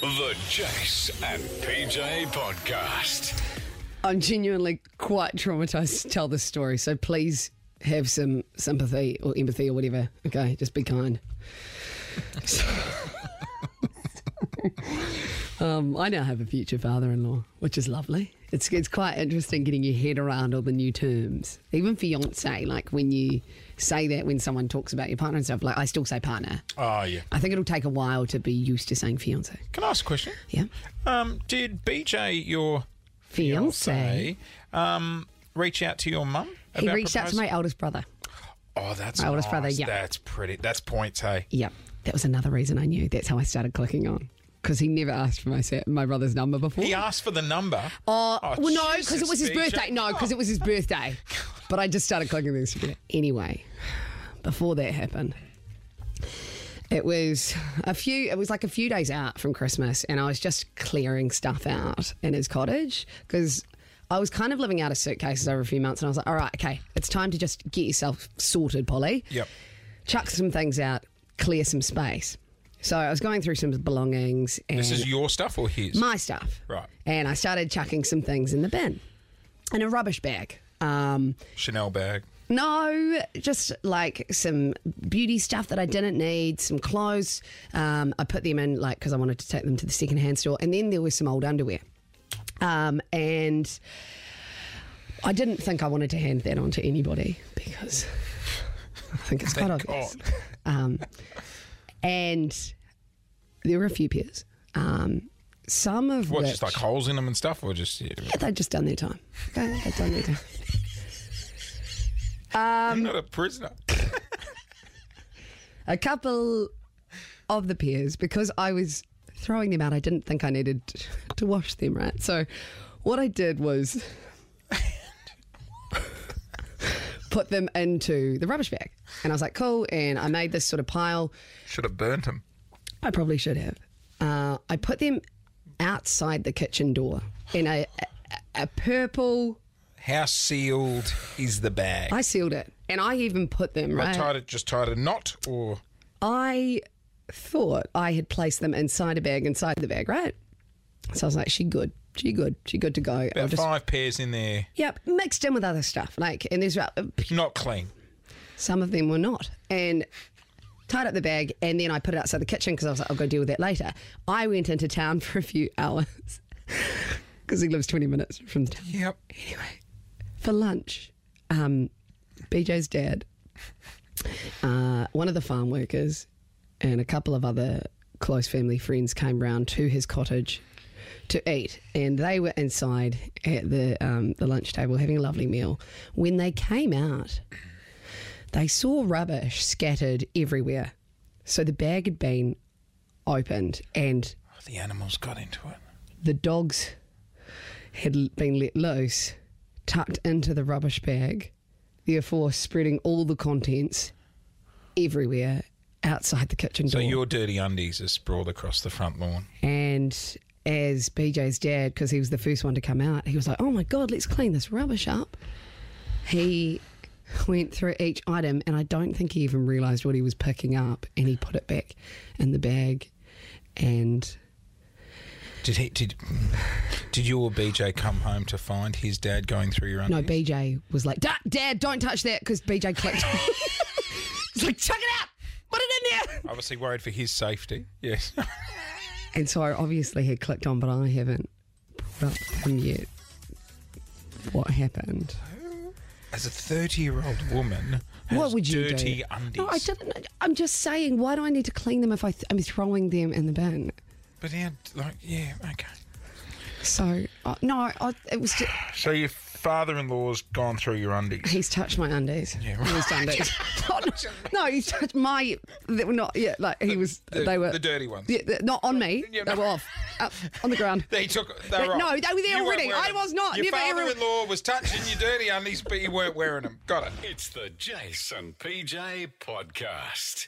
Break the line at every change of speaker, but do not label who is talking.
The Jace and PJ Podcast.
I'm genuinely quite traumatized to tell this story, so please have some sympathy or empathy or whatever. Okay, just be kind. um, I now have a future father-in-law, which is lovely. It's it's quite interesting getting your head around all the new terms, even fiance. Like when you say that when someone talks about your partner and stuff, like I still say partner.
Oh, yeah.
I think it'll take a while to be used to saying fiance.
Can I ask a question?
Yeah,
Um, did BJ, your
fiance.
fiance, um, reach out to your mum?
He
about
reached out to
proposing?
my eldest brother.
Oh, that's
my oldest
nice.
brother, yeah.
That's pretty. That's points, hey.
Yep. That was another reason I knew. That's how I started clicking on. Because he never asked for my sa- my brother's number before.
He asked for the number. Oh,
Uh, well, no, because
Jesus,
it was his
BJ.
birthday. No, because it was his birthday. But I just started clicking this. Anyway, before that happened, it was a few. It was like a few days out from Christmas, and I was just clearing stuff out in his cottage because I was kind of living out of suitcases over a few months, and I was like, "All right, okay, it's time to just get yourself sorted, Polly."
Yep.
chuck some things out, clear some space. So I was going through some belongings and
This is your stuff or his?
my stuff.
Right.
And I started chucking some things in the bin, in a rubbish bag. Um,
Chanel bag.
no, just like some beauty stuff that I didn't need, some clothes. Um, I put them in like because I wanted to take them to the secondhand store, and then there was some old underwear. Um, and I didn't think I wanted to hand that on to anybody because I think it's quite
Thank
obvious. Um, and there were a few pairs. Um, some of
What,
which,
just like holes in them and stuff, or just yeah,
yeah, they'd just done their time. Okay, they'd done their time. Um,
I'm not a prisoner.
a couple of the peers because I was throwing them out. I didn't think I needed to wash them, right? So what I did was put them into the rubbish bag. And I was like, cool. And I made this sort of pile.
Should have burnt him.
I probably should have. Uh, I put them outside the kitchen door in a, a, a purple.
How sealed is the bag?
I sealed it. And I even put them, right?
tied it. Just tied a knot, or
I thought I had placed them inside a bag, inside the bag, right? So I was like, she good, she good, she good to go. I'll
about
just,
five pairs in there.
yep, mixed in with other stuff. Like, and there's uh,
Not clean.
some of them were not. And tied up the bag, and then I put it outside the kitchen because I was like, I'll go deal with that later. I went into town for a few hours because he lives 20 minutes from town.
Yep.
Anyway, for lunch, um, BJ's dad, uh, one of the farm workers, and a couple of other close family friends came round to his cottage to eat, and they were inside at the um, the lunch table having a lovely meal. When they came out, they saw rubbish scattered everywhere. So the bag had been opened, and
Oh, The animals got into it.
the dogs had l- been let loose, tucked into the rubbish bag, therefore spreading all the contents everywhere outside the kitchen
So
door.
your dirty undies are sprawled across the front lawn.
and as BJ's dad, because he was the first one to come out, he was like, "Oh my god, let's clean this rubbish up." He went through each item, and I don't think he even realised what he was picking up, and he put it back in the bag, and.
Did he? Did did your BJ come home to find his dad going through your
No,
undies?
BJ was like, Dad, Dad don't touch that because BJ clicked. He's like, chuck it out, put it in there.
Obviously worried for his safety. Yes.
And so I obviously had clicked on, but I haven't brought up to him yet. What happened?
As a thirty-year-old woman, has
what would you
dirty
do?
undies.
No, I didn't. I'm just saying, why do I need to clean them if I th- I'm throwing them in the bin?
But yeah, like yeah, okay.
So uh, no, I, it was. Just,
So your father-in-law's gone through your undies.
he's touched my undies.
Yeah,
He was undies. no, no, he's touched my. They were not. Yeah, like he was.
the-
they were
the dirty ones.
Yeah, the- not on me.
Yeah,
they
no.
were off up, on the ground.
They took. They
They-
were
no,
off.
they were there
You weren't
already.
wearing
I
them.
was not.
Your
Never, everyone-
father-in-law was touching your dirty undies, but you weren't wearing them. Got it.
It's the Jace and PJ Podcast.